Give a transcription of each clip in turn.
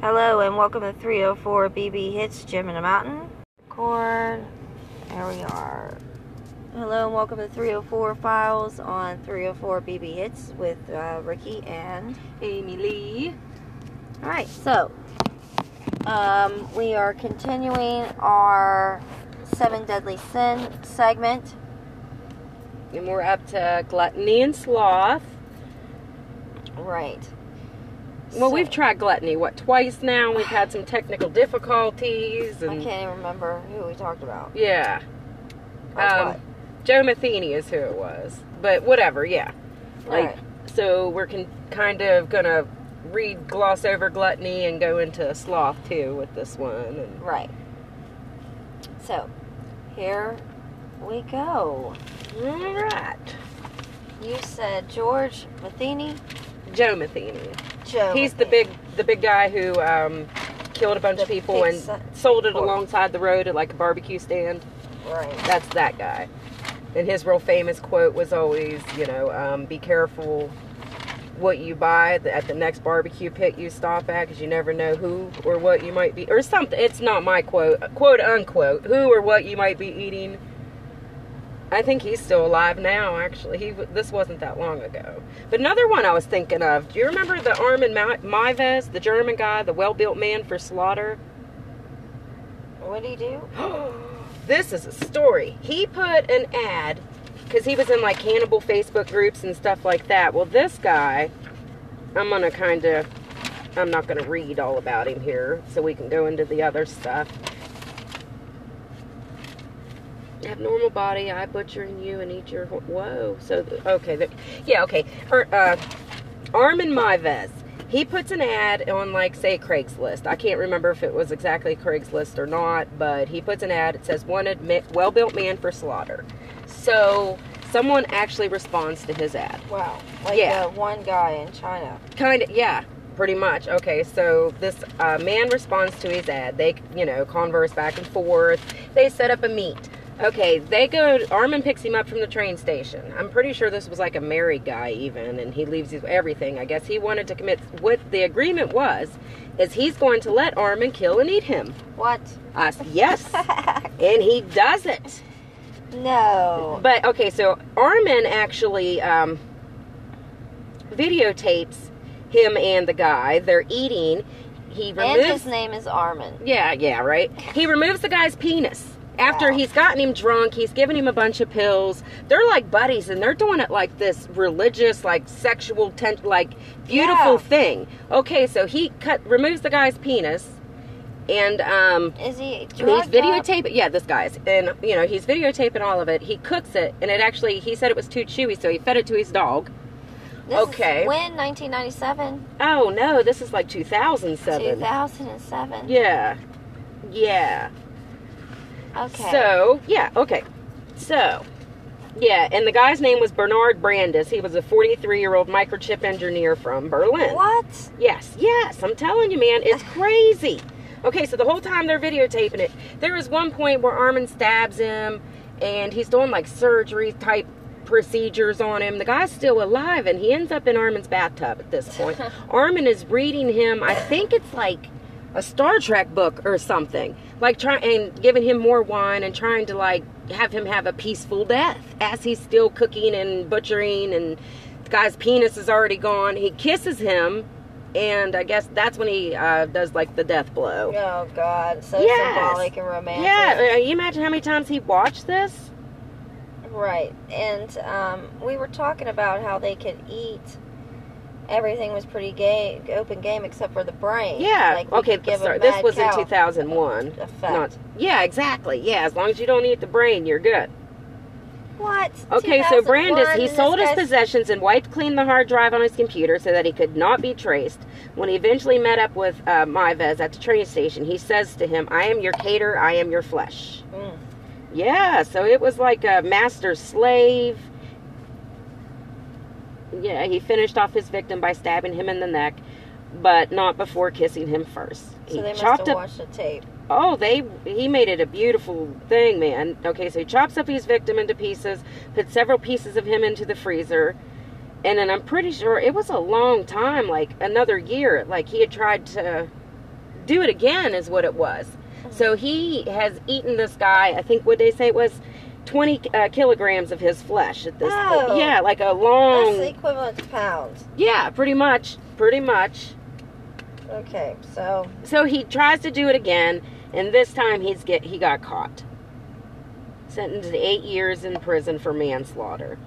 Hello and welcome to 304 BB Hits Jim in the Mountain. Record. There we are. Hello and welcome to 304 Files on 304 BB Hits with uh, Ricky and. Amy Lee. Alright, so um, we are continuing our Seven Deadly Sin segment. And we're up to gluttony and sloth. Right. Well, So- we've tried gluttony, what, twice now? We've had some technical difficulties. I And, can't even remember who we talked about. Yeah. or Um, what. Joe Matheny is who it was. But whatever, yeah. Like, Right. so we're con- kind of going to read gloss over gluttony and go into sloth too with this one. And Right. So, here we go. All right. You said George Matheny. Joe Matheny. Joe. He's the big the big guy who um, killed a bunch The of people pig and si- sold it pork. alongside the road at like a barbecue stand. Right. That's that guy. And his real famous quote was always, you know, um, be careful what you buy th- at the next barbecue pit you stop at because you never know who or what you might be or something. It's not my quote, quote unquote, who or what you might be eating. I think he's still alive now. Actually, he w- this wasn't that long ago. But another one I was thinking of. Do you remember the Armin Ma- Maives, the German guy, the well-built man for slaughter? What do you do? this is a story. He put an ad because he was in like cannibal Facebook groups and stuff like that. Well, this guy, I'm gonna kind of, I'm not gonna read all about him here, so we can go into the other stuff. Abnormal body, I butcher and you and eat your. ho- Whoa. So, th- okay. th- Yeah, okay. Her, uh, Armin Maives. He puts an ad on, like, say, Craigslist. I can't remember if it was exactly Craigslist or not, but he puts an ad. It says, "Wanted well built man for slaughter. So, someone actually responds to his ad. Wow. Like Yeah. the one guy in China. Kind of, yeah, pretty much. Okay, so this uh, man responds to his ad. They, you know, converse back and forth. They set up a meet. Okay, they go. Armin picks him up from the train station. I'm pretty sure this was like a married guy, even, and he leaves his everything. I guess he wanted to commit. What the agreement was is he's going to let Armin kill and eat him. What? Uh, yes, and he does it. no. But okay, so Armin actually um, videotapes him and the guy. They're eating. He and his removes. name is Armin. Yeah, yeah, right. He removes the guy's penis. After Wow. he's gotten him drunk, he's given him a bunch of pills. They're like buddies, and they're doing it like this religious, like sexual, ten- like beautiful Yeah. thing. Okay, so he cut removes the guy's penis, and um, Is he? and he's drugged up? videotaping. Yeah, this guy's, and you know he's videotaping all of it. He cooks it, and it actually he said it was too chewy, so he fed it to his dog. This is okay. when 1997, Oh no, this is like 2007. 2007. Yeah, yeah. Okay. So yeah, okay. So yeah, and the guy's name was Bernard Brandis. He was a 43 year old microchip engineer from Berlin. what? Yes, yes, I'm telling you, man, it's crazy. Okay, so the whole time they're videotaping it, there is one point where Armin stabs him and he's doing like surgery type procedures on him. The guy's still alive and he ends up in Armin's bathtub at this point. Armin is reading him, I think it's like a Star Trek book or something, like trying and giving him more wine and trying to like have him have a peaceful death as he's still cooking and butchering and the guy's penis is already gone. He kisses him, and I guess that's when he uh, does like the death blow. Oh God. So Yes. symbolic and romantic. Yeah, uh, you imagine how many times he watched this? Right, and um, we were talking about how they could eat. Everything was pretty gay, open game except for the brain. Yeah. Like we okay. could give Sorry, a this mad was in cow 2001. effect. Not. Yeah. Exactly. Yeah. As long as you don't eat the brain, you're good. What? Okay, so 2001, Brandis, and he this sold his guy's- possessions and wiped clean the hard drive on his computer so that he could not be traced. When he eventually met up with uh, Maivez at the train station, he says to him, I am your cater, I am your flesh. Mm. Yeah, so it was like a master slave. Yeah, he finished off his victim by stabbing him in the neck, but not before kissing him first. So they he must have chopped up watched the tape. Oh, they he made it a beautiful thing, man. Okay, so he chops up his victim into pieces, put several pieces of him into the freezer, and then I'm pretty sure it was a long time, like another year. Like he had tried to do it again, is what it was. So he has eaten this guy, I think what they say it was 20 uh, kilograms of his flesh at this Oh. point. Yeah, like a That's the long. equivalent to pounds. Yeah, pretty much. Pretty much. Okay, so So he tries to do it again, and this time he's get he got caught. Sentenced to eight years in prison for manslaughter.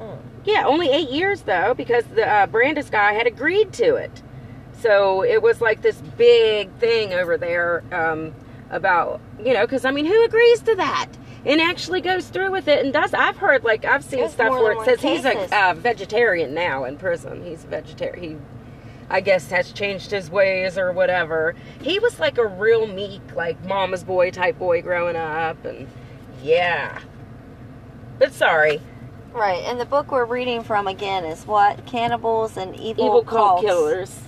Mm. Yeah, only eight years though, because the uh, Brandis guy had agreed to it. So it was like this big thing over there um, about you know, because I mean, who agrees to that and actually goes through with it and does? I've heard like I've seen There's stuff more where than it says one he's a cases. uh, vegetarian now in prison. He's a vegetarian. He I guess has changed his ways or whatever. He was like a real meek, like mama's boy type boy growing up, and yeah. But sorry, right, and the book we're reading from again is what cannibals and evil, evil cult cults. killers.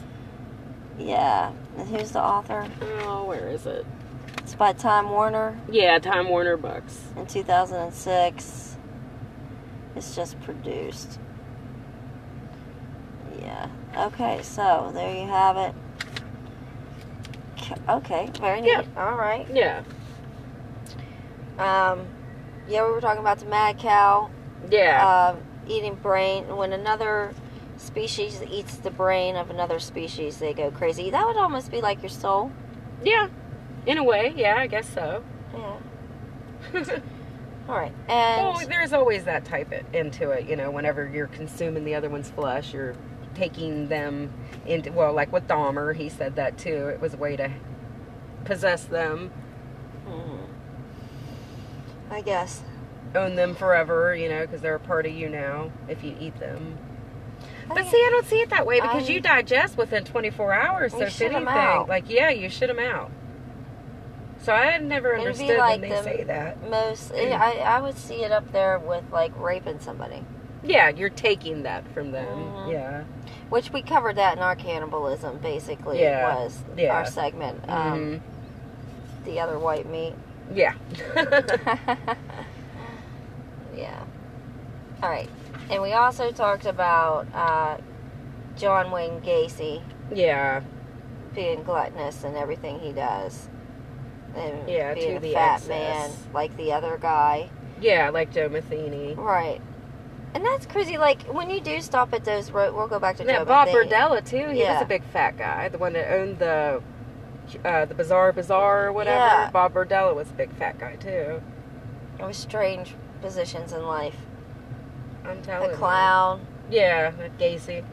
Yeah, and who's the author? Oh, where is it? It's by Time Warner Yeah, Time Warner Books. in 2006. It's just produced. Yeah. Okay, so there you have it. K- Okay, very neat. Yeah. All right. Yeah, Um, yeah, we were talking about the mad cow. yeah, uh, eating brain when another species eats the brain of another species they go crazy that would almost be like your soul yeah. In a way, yeah, I guess so. yeah well, all right and there's always that type it, into it, you know. Whenever you're consuming the other one's flesh, you're taking them into. Well, like with Dahmer, he said that too. It was a way to possess them, Mhm. i guess own them forever, you know, because they're a part of you now. If you eat them, I- But see, I don't see it that way because I- you digest within 24 hours. We So if Um, shit 'em anything, out. like yeah, you shit them out. So I had never It'd be understood like when they them- say that. most I, I would see it up there with like raping somebody Yeah, you're taking that from them. Mhm. Yeah, which we covered that in our cannibalism basically Yeah, was yeah. our segment um, Mhm. the other white meat Mm-hmm. yeah. yeah. All right. And we also talked about uh, John Wayne Gacy yeah, being gluttonous and everything he does. And Yeah, to being a the fat excess. man like the other guy. yeah, like Joe Matheny. Right. And that's crazy. Like, when you do stop at those road, we'll go back to And that Joe Bob Matheny. Berdella too. He Yeah. was a big fat guy, the one that owned the uh, the Bazaar Bazaar or whatever. Yeah. Bob Berdella was a big fat guy too. It was strange positions in life. I'm A telling clown, you. Yeah, like Gacy.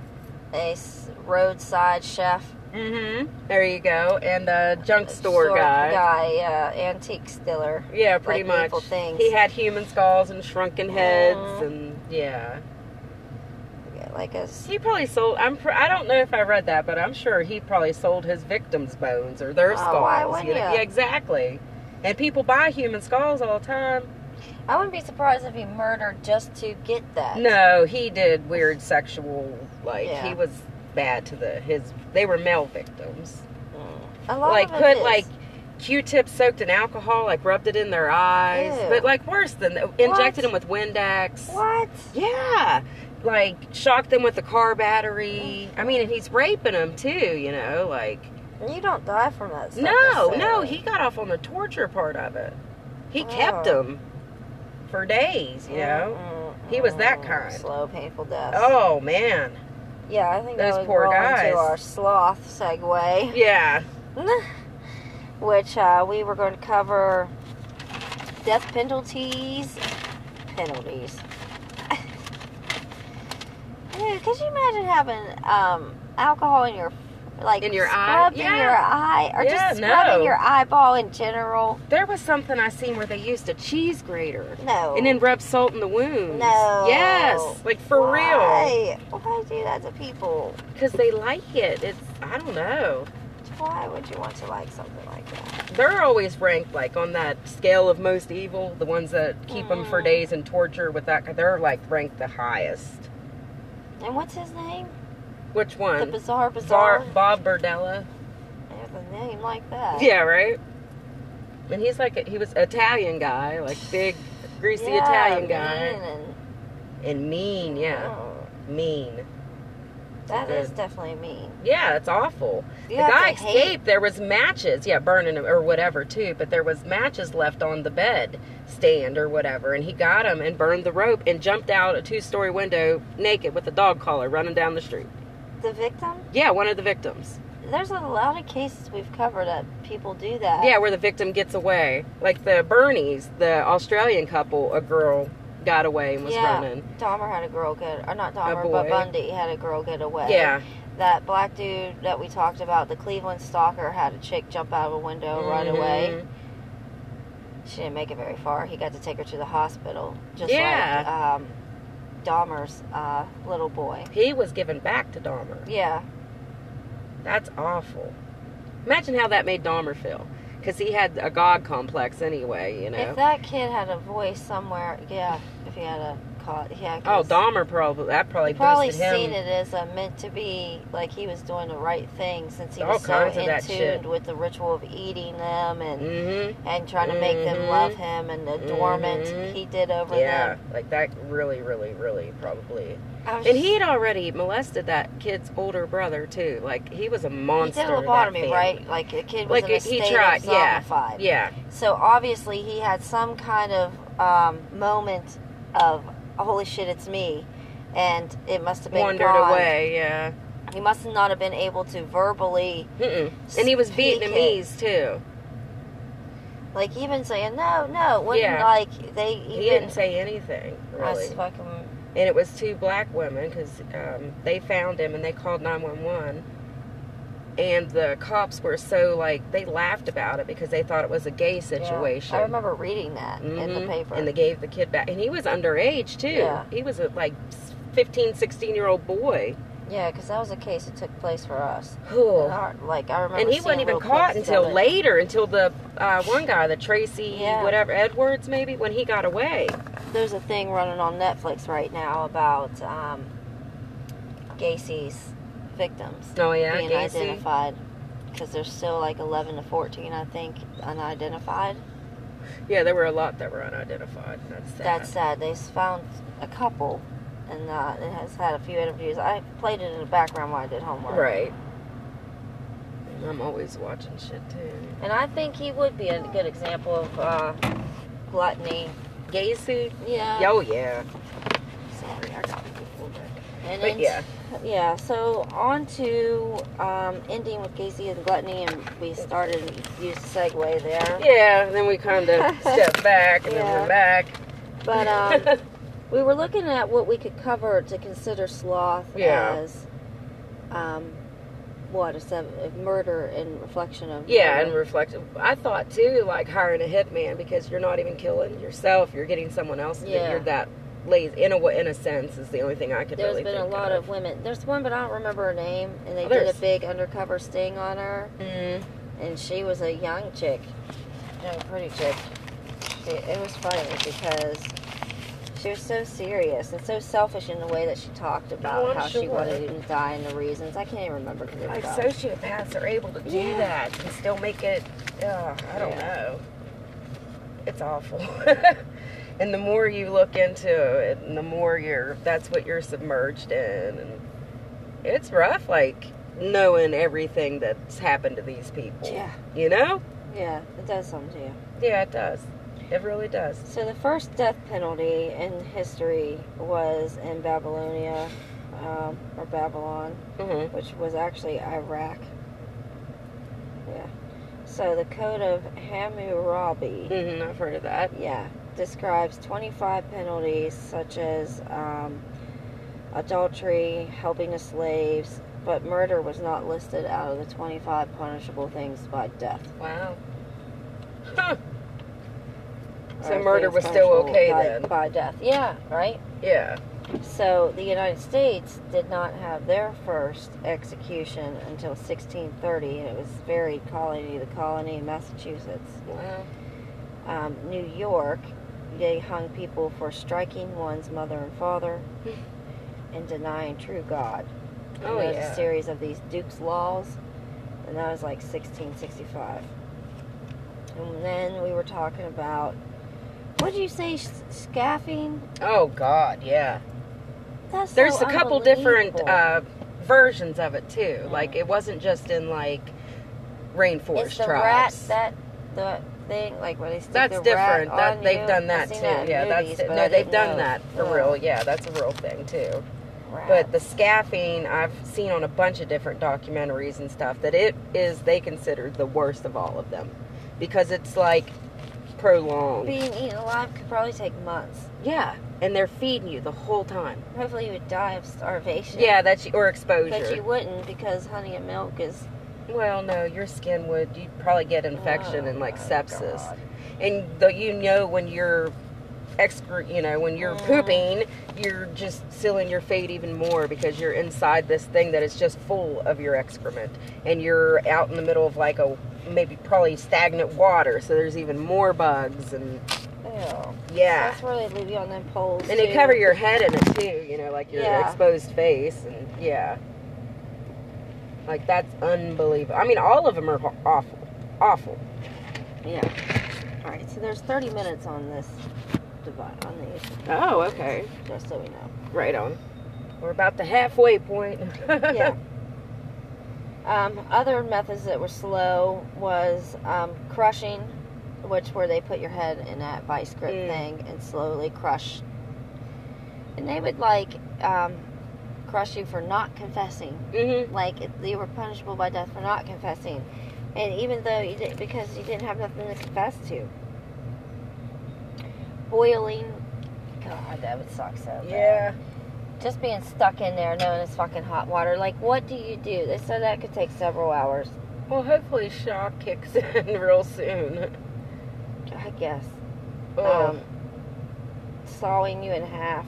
a s- roadside chef, Mm-hmm. There you go. And the junk a store guy. guy, uh, antique dealer. Yeah, pretty like much. evil things. He had human skulls and shrunken heads, Mhm. and yeah, Yeah, like a s- he probably sold. I'm. Pr- I don't know if I read that, but I'm sure he probably sold his victims' bones or their Oh, skulls. why you know? wouldn't ya? Yeah, exactly. And people buy human skulls all the time. I wouldn't be surprised if he murdered just to get that. No, he did weird sexual. Like Yeah. he was bad to the his. They were male victims. Mm. A lot like of it put is. like Q-tips soaked in alcohol, like rubbed it in their eyes, Ew. but like worse than injected What? them with Windex. what? Yeah, like shocked them with the car battery. I mean, and he's raping them too. You know, like You don't die from that. Stuff no, no, necessarily. he got off on the torture part of it. He kept Oh. them for days. You know. Mm, mm, He was that mm. kind. Slow, painful death. Oh man. yeah, I think those that would poor roll guys. Into our sloth segue, Yeah. which uh, we were going to cover death penalties, penalties. Yeah, could you imagine having um, alcohol in your like In your eye? scrub in Yeah. your eye, or Yeah, just scrubbing no. your eyeball in general? There was something I seen where they used a cheese grater No. and then rub salt in the wounds. No. Yes. Like for real. Why? Why do that to people? Because they like it. It's I don't know. Why would you want to like something like that? They're always ranked like on that scale of most evil. The ones that keep them for Mm. days and torture with that. They're like ranked the highest. And what's his name? Which The one? bizarre Bar- bizarre. Bob Berdella. They have a name like that. Yeah. Right. And he's like a, he was Italian guy, like big greasy Yeah, Italian guy, mean and- and mean. Yeah. Mean. Oh, That Mm. is definitely mean. Yeah, it's awful. You the have guy to hate- escaped. There was matches, yeah, burning him or whatever too. But there was matches left on the bed stand or whatever, and he got him and burned the rope and jumped out a two-story window naked with a dog collar, running down the street. The victim? Yeah, one of the victims. There's a lot of cases we've covered that people do that. Yeah, where the victim gets away, like the Bernies, the Australian couple, a girl got away and was Yeah. running. Dahmer had a girl get, or not Dahmer, boy. but Bundy had a girl get away. Yeah, That black dude that we talked about, the Cleveland stalker, had a chick jump out of a window right away. Mhm. She didn't make it very far. He got to take her to the hospital, just like Yeah. um, Dahmer's uh, little boy. He was given back to Dahmer. Yeah, That's awful. Imagine how that made Dahmer feel. Because he had a God complex anyway, you know. if that kid had a voice somewhere, yeah, if he had a call, yeah. oh, 'cause Dahmer probably, that probably You probably boosted him. seen it as a meant to be, like he was doing the right thing since he All was so kinds of in that shit. tune with the ritual of eating them and Mm-hmm. and trying to make them Mhm. love him and the Mhm. dormant he did over Yeah, them. like that really, really, really probably. I was And he had already molested that kid's older brother, too. Like, he was a he monster. did to that lobotomy, family. right? Like the kid was Like, in a he state tried- of yeah, zombified. Yeah. So obviously he had some kind of um, moment of holy shit, it's me, and it must have been Wandered gone. away, yeah. He must not have been able to verbally, Mm-mm. And he was Speak it. Vietnamese, too. like even saying no, no. Wouldn't Yeah. like they even. He didn't say anything, really. That's fucking. and it was two black women because um, they found him and they called 911 and the cops were so like they laughed about it because they thought it was a gay situation Yeah. I remember reading that in the Mhm. paper. and they gave the kid back and he was underage too Yeah. he was a like 15 16 year old boy Yeah, because that was a case that took place for us. Whew. And our- like I remember, and he seeing wasn't even little caught clips until of it. later until the uh, one guy the tracy Yeah. whatever edwards maybe when he got away There's a thing running on Netflix right now about um, Gacy's victims oh yeah being Gacy. identified because there's still like 11 to 14, I think, unidentified. yeah there were a lot that were unidentified that's sad That's sad. They found a couple, and uh, it has had a few interviews. I played it in the background while I did homework. Right. And I'm always watching shit too. And I think he would be a good example of uh, gluttony. Gacy? Yeah. Oh yeah. Sorry, I got people back. And But then- yeah. yeah, so on to um, ending with Gacy and gluttony, and we started used segue there. Yeah, and then we kind of step back and then Yeah. we're back. But um, we were looking at what we could cover to consider sloth Yeah. as um, what a, seven, a murder and reflection of yeah, and murder. reflect. I thought too, like hiring a hitman because you're not even killing yourself; you're getting someone else. to do- Yeah. You're that lazy. In a wa- in a sense, is the only thing I could There's really been a think lot of women. There's one, but I don't remember her name. And they Oh, did there's- a big undercover sting on her, Mm. and she was a young chick, young pretty chick. It, it was funny because she was so serious and so selfish in the way that she talked about I'm how she sure. wanted to die and the reasons. I can't even remember because it was Like about- sociopaths are able to do Yeah. that and still make it. Uh, I don't Yeah. know. It's awful. and the more you look into it, and the more you're that's what you're submerged in, and it's rough. Like knowing everything that's happened to these people. Yeah, You know? yeah, it does something to you. Yeah, it does. It really does. So the first death penalty in history was in Babylonia, um, or Babylon. Mm-hmm. which was actually Iraq. Yeah. So the code of Hammurabi, Mm-hmm. I've heard of that. yeah, describes 25 penalties such as um, adultery, helping the slaves, but murder was not listed out of the 25 punishable things by death. Wow. Huh. So Or murder things was still punishable okay by- then? By death, yeah, right? Yeah. So the United States did not have their first execution until 1630, and it was varied colony to colony in Massachusetts. Wow. Um, New York, they hung people for striking one's mother and father and denying true God. And Oh there was a yeah. series of these Duke's Laws, and that was like 1665. And then we were talking about, what did you say, s- scaffing? Oh God. Yeah. That's There's so a couple different unbelievable. uh, versions of it too. Like it wasn't just in like rainforest it's the rat tribes. that the thing like where they stick that's the different. rat That on they've you. done I've that seen too. in yeah, movies, that's but no, I they've didn't done know that for Yeah. real. Yeah, that's a real thing too. Rat. But the scaffing, I've seen on a bunch of different documentaries and stuff that it is they consider the worst of all of them because it's like prolonged. being eaten alive could probably take months. Yeah, and they're feeding you the whole time. Hopefully, you would die of starvation. Yeah, that's or exposure. but you wouldn't because honey and milk is oh Well, no, your skin would. You'd probably get infection Oh, and like my sepsis. God. And though you know when you're excre, you know when you're Mm. pooping, you're just sealing your fate even more because you're inside this thing that is just full of your excrement, and you're out in the middle of like a maybe probably stagnant water, so there's even more bugs and Ew. yeah. That's where they leave you on them poles. and they too. cover your head in it too, you know, like your Yeah. exposed face, and yeah, like that's unbelievable. I mean, all of them are ho- awful, awful. Yeah. All right. So there's 30 minutes on this divide on these, Oh, okay, just so we know. right on. We're about the halfway point. Yeah. Um, other methods that were slow was um, crushing, which where they put your head in that vice grip Mm. thing and slowly crush. And they would like um, crush you for not confessing. Mm-hmm. Like it- you were punishable by death for not confessing, and even though you didn't, because you didn't have nothing to confess to. Boiling, God, that would suck so bad Yeah. just being stuck in there knowing it's fucking hot water. Like, what do you do? They said that could take several hours. Well, hopefully, shock kicks in real soon. I guess. Oh. Um, sawing you in half.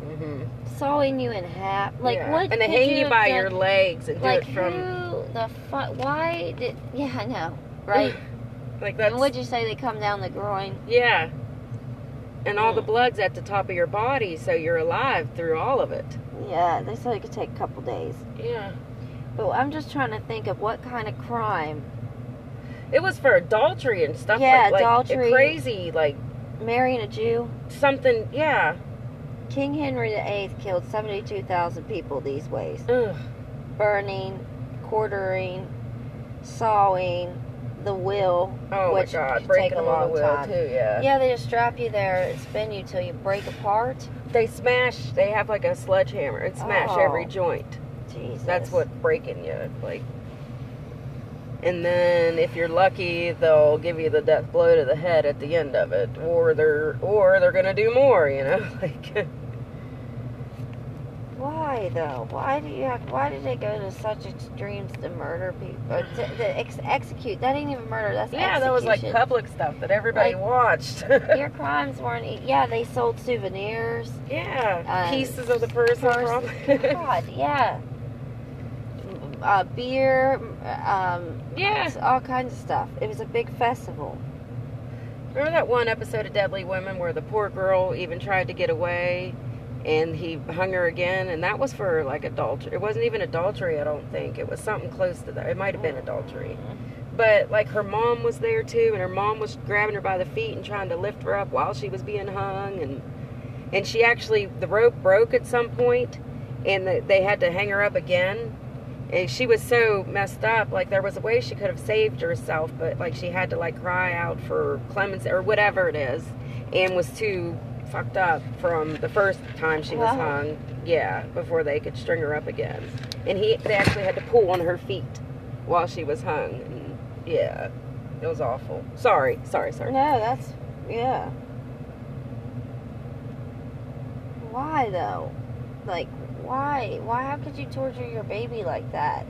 hmm Sawing you in half. Like, what? And they could hang you, by have your done? legs and Like, do it from who the fuck? Why did? Yeah, I know, right? like and that's would you say they come down the groin? yeah. And all the Mm. blood's at the top of your body, so you're alive through all of it. Yeah, they said it could take a couple days. Yeah. But I'm just trying to think of what kind of crime. It was for adultery and stuff Yeah, like, like adultery. crazy, like Marrying a Jew. something. Yeah. King Henry VIII killed 72,000 people these ways. Ugh. burning, quartering, sawing, the wheel. Oh Which could my God, take breaking a them on long the wheel time. too. Yeah. Yeah, they just strap you there and spin you till you break apart. They smash. They have like a sledgehammer and smash Oh. every joint. Jesus. That's what breaking you like. And then if you're lucky, they'll give you the death blow to the head at the end of it, or they're or they're gonna do more. You know, like Why though? Why do you have? Why did they go to such extremes to murder people? Or to, to ex- execute? That ain't even murder. That's yeah, that was like execution. public stuff that everybody Like- watched. Your crimes weren't. e- Yeah, they sold souvenirs. yeah, Uh, pieces of the person. pers- probably. God, yeah. Uh, beer, um, yeah, all kinds of stuff. It was a big festival. remember that one episode of Deadly Women where the poor girl even tried to get away, and he hung her again, and that was for like adultery. It wasn't even adultery, I don't think. It was something close to that. It might have been adultery. But like her mom was there too, and her mom was grabbing her by the feet and trying to lift her up while she was being hung, and and she actually the rope broke at some point, and the, they had to hang her up again. And she was so messed up, like there was a way she could have saved herself, but like she had to like cry out for clemency or whatever it is, and was too fucked up from the first time she was Wow. hung. Yeah, before they could string her up again, and he they actually had to pull on her feet while she was hung. And yeah, it was awful. Sorry, sorry, sorry. No, that's yeah. Why though? Like why? Why? How could you torture your baby like that?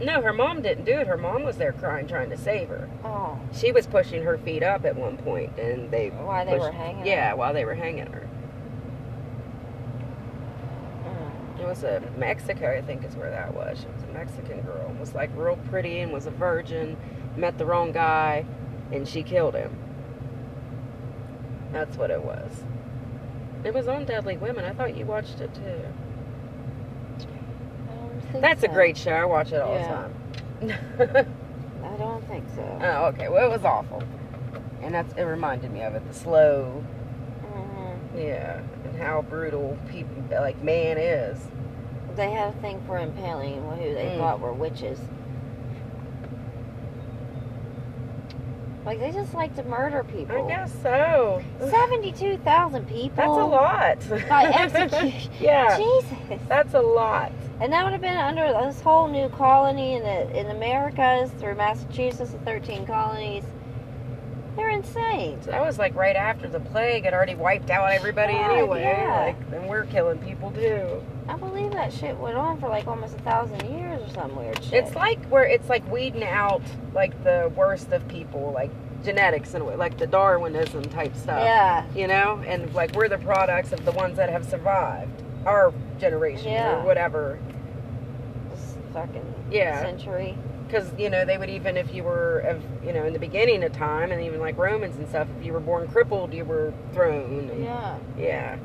No, her mom didn't do it. Her mom was there crying, trying to save her. Oh, She was pushing her feet up at one point, and they why they were pushed- hanging? Yeah, while they were hanging her. Mm. It was a Mexico, I think, is where that was. She was a Mexican girl. Was like real pretty and was a virgin. Met the wrong guy, and she killed him. That's what it was. It was on Deadly Women. I thought you watched it too. I don't think That's a so. great show. I watch it all Yeah. the time. I don't think so. oh, okay. Well, it was awful, and that's it. Reminded me of it. The slow, Mhm. yeah, and how brutal people like man is. They have a thing for impaling who they Mm. thought were witches. Like they just like to murder people. I guess so. Seventy-two thousand people. That's a lot. Oh. By execution. yeah. Jesus. That's a lot. And that would have been under this whole new colony in the in Americas through Massachusetts, the thirteen colonies. They're insane. So that was like right after the plague had already wiped out everybody Yeah, anyway. yeah. Like, and we're killing people too. I believe that shit went on for like almost a thousand years or some weird shit. It's like where it's like weeding out like the worst of people, like genetics and like the Darwinism type stuff. yeah, You know, and like we're the products of the ones that have survived our generation Yeah. or whatever. this fucking Yeah. century. because you know they would even if you were of you know in the beginning of time and even like romans and stuff if you were born crippled you were thrown and- Yeah. yeah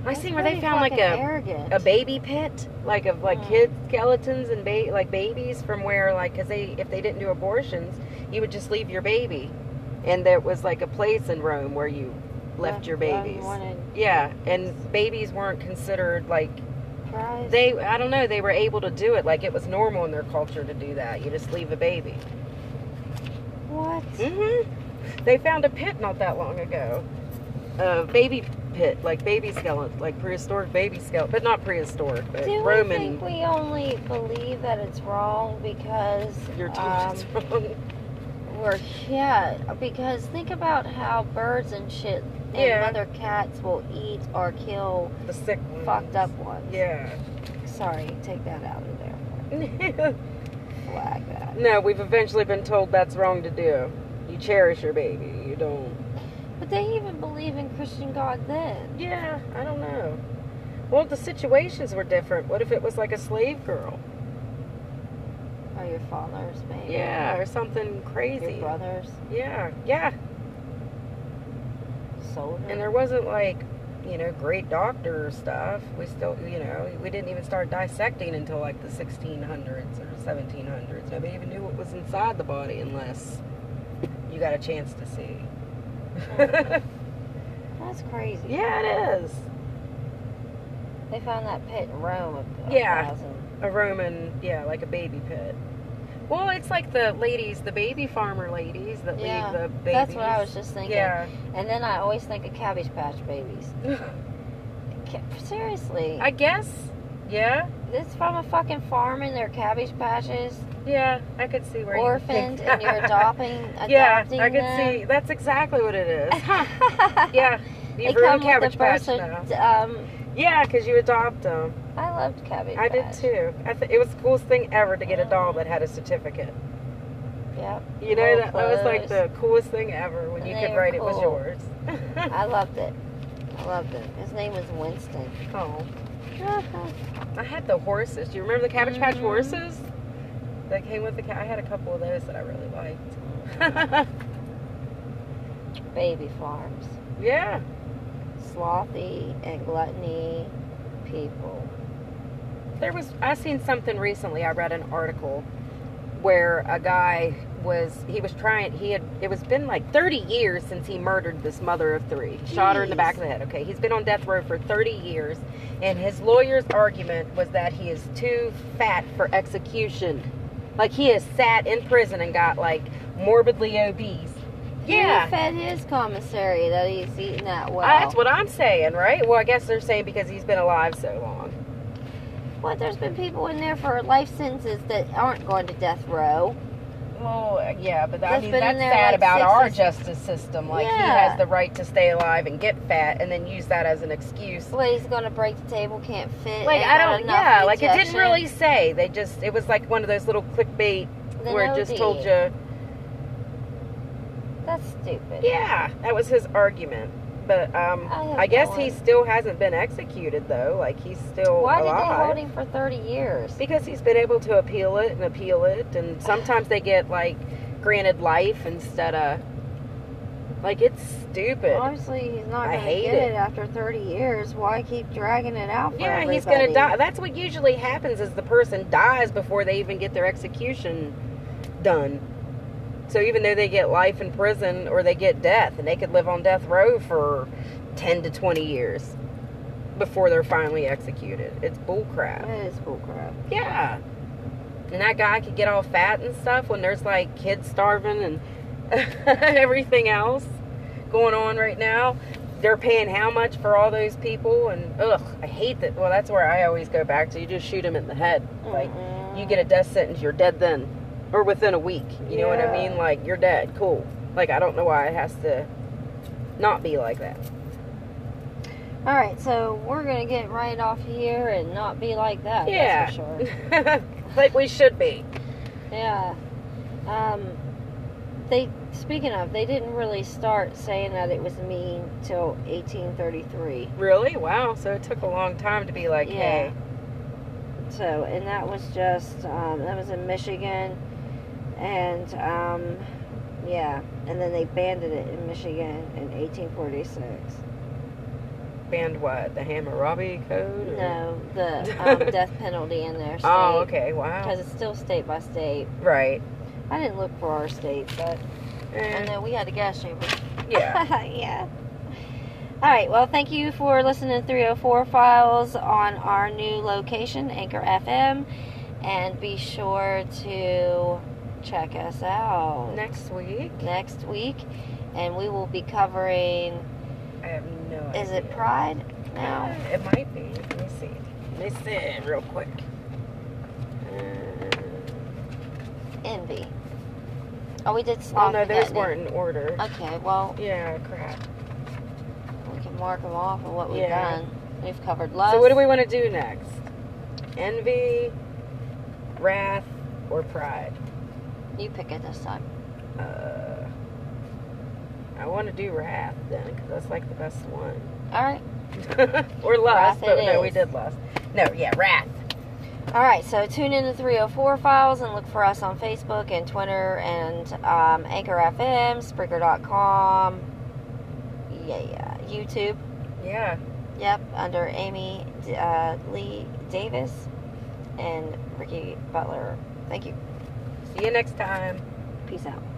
i That's seen where they pretty found like fucking a arrogant. a baby pit like of like Mm. kid skeletons and ba- like babies from where like because they if they didn't do abortions you would just leave your baby and there was like a place in rome where you left your babies unwanted yeah and babies weren't considered like prize. they i don't know they were able to do it like it was normal in their culture to do that you just leave a baby what? hmm Mm-hmm. they found a pit not that long ago a baby pit like baby skeleton like prehistoric baby skeleton but not prehistoric but Do we roman think we only believe that it's wrong because your um, teacher's wrong We're yeah, because think about how birds and shit and Yeah. other cats will eat or kill the sick ones. fucked up ones. yeah Sorry, take that out of there. Flag that. no we've eventually been told that's wrong to do you cherish your baby you don't But they even believe in Christian God then. yeah i don't know well the situations were different what if it was like a slave girl Or your fathers, maybe. yeah or something Your crazy brothers, Yeah, yeah. soldiers. And there wasn't like, you know, great doctor stuff. We still, you know, we didn't even start dissecting until like the 1600s or 1700s. Nobody even knew what was inside the body unless you got a chance to see. That's crazy. yeah, it is. They found that pit in Rome. Of, of Yeah. thousand- A Roman, yeah, like a baby pit. Well, it's like the ladies, the baby farmer ladies that Yeah, leave the babies. That's what I was just thinking. Yeah. And then I always think of Cabbage Patch Babies. Ca- Seriously. I guess. Yeah. It's from a fucking farm and their cabbage patches, Yeah, I could see where you orphaned, and you're adopting, adopting yeah, I could them. see. That's exactly what it is. yeah, they you've come ruined with Cabbage the Patch birth now. cert- um, Yeah, because you adopt them. I loved cabbage. I did patch. too. I th- it was the coolest thing ever to get a doll that had a certificate. Yep, You know, Little that, that was like the clothes. coolest thing ever when And you they could were write it was cool. yours. I loved it. I loved it. His name was Winston. oh, I had the horses. Do you remember the Cabbage Patch Mhm. horses? That came with the cat. I had a couple of those that I really liked. Baby farms, yeah. slothy and gluttony people. There was I seen something recently. I read an article where a guy was he was trying he had it was been like 30 years since he murdered this mother of 3. Shot her in the Jeez. back of the head. Okay. He's been on death row for 30 years and his lawyer's argument was that he is too fat for execution. Like he has sat in prison and got like morbidly obese. Yeah. Who fed his commissary that he's eating that well? That's what I'm saying, right? Well, I guess they're saying because he's been alive so long. Well, there's been people in there for life sentences that aren't going to death row. Well, yeah, but I That's mean, been in that's there, sad like, about six our or- justice system. Like, Yeah. he has the right to stay alive and get fat and then use that as an excuse. Well, he's gonna break the table, can't fit. Like, ain't I got don't, enough yeah, like, it didn't injection. really say. They just, it was like one of those little clickbait Then where it just OD. told you, That's stupid. yeah, that was his argument. But, um, I have I, guess no he idea. still hasn't been executed, though. Like, he's still Why did alive. they hold him for 30 years? Because he's been able to appeal it and appeal it, and sometimes they get like granted life instead of like it's stupid. Obviously, he's not I gonna hate get it. it. after 30 years. Why keep dragging it out for yeah, he's everybody? gonna die. That's what usually happens is the person dies before they even get their execution done. So even though they get life in prison or they get death, and they could live on death row for ten to twenty years. before they're finally executed. It's bullcrap. That is bullcrap. Yeah. And that guy could get all fat and stuff when there's like kids starving and everything else going on right now. They're paying how much for all those people? And ugh, I hate that. Well, that's where I always go back to. You just shoot them in the head. Like, you get a death sentence, you're dead then, or within a week. You know what I Yeah. mean? Like you're dead. Cool. Like I don't know why it has to not be like that. All right, so we're gonna get right off here and not be like that. yeah, That's for sure. like we should be. Yeah. Um. They speaking of, they didn't really start saying that it was mean till 1833. Really? Wow. So it took a long time to be like, Yeah. hey, So, and that was just um, that was in Michigan, and um, yeah, and then they banned it in Michigan in 1846. banned what? The Hammurabi Code? or- No, the um, death penalty in their state Oh, okay. Wow. because it's still state by state. Right. I didn't look for our state, but I Eh, know we had a gas chamber. yeah. yeah. All right. Well, thank you for listening to 304 Files on our new location, Anchor FM, and be sure to check us out Next week. next week. And we will be covering. I have no idea. Is it Pride now? Uh, It might be. Let me see. Let me see real quick. Uh, Envy. Oh, we did. Oh Sloth no, those that Oh. day. weren't in order. Okay. Well, Yeah, crap. we can mark them off of what we've Yeah. done. We've covered lust. So what do we want to do next? Envy, wrath, or pride? You pick it this time. Uh, I want to do wrath then, because that's like the best one. All right. or lust, Wrath but it no, we is. did lust. No, yeah, wrath. All right, so tune in to 304 Files and look for us on Facebook and Twitter and um, Anchor FM, Spreaker.com, yeah, yeah, YouTube. Yeah, Yep, under Amy uh, Lee Davis and Ricky Butler. Thank you. see you next time. Peace out.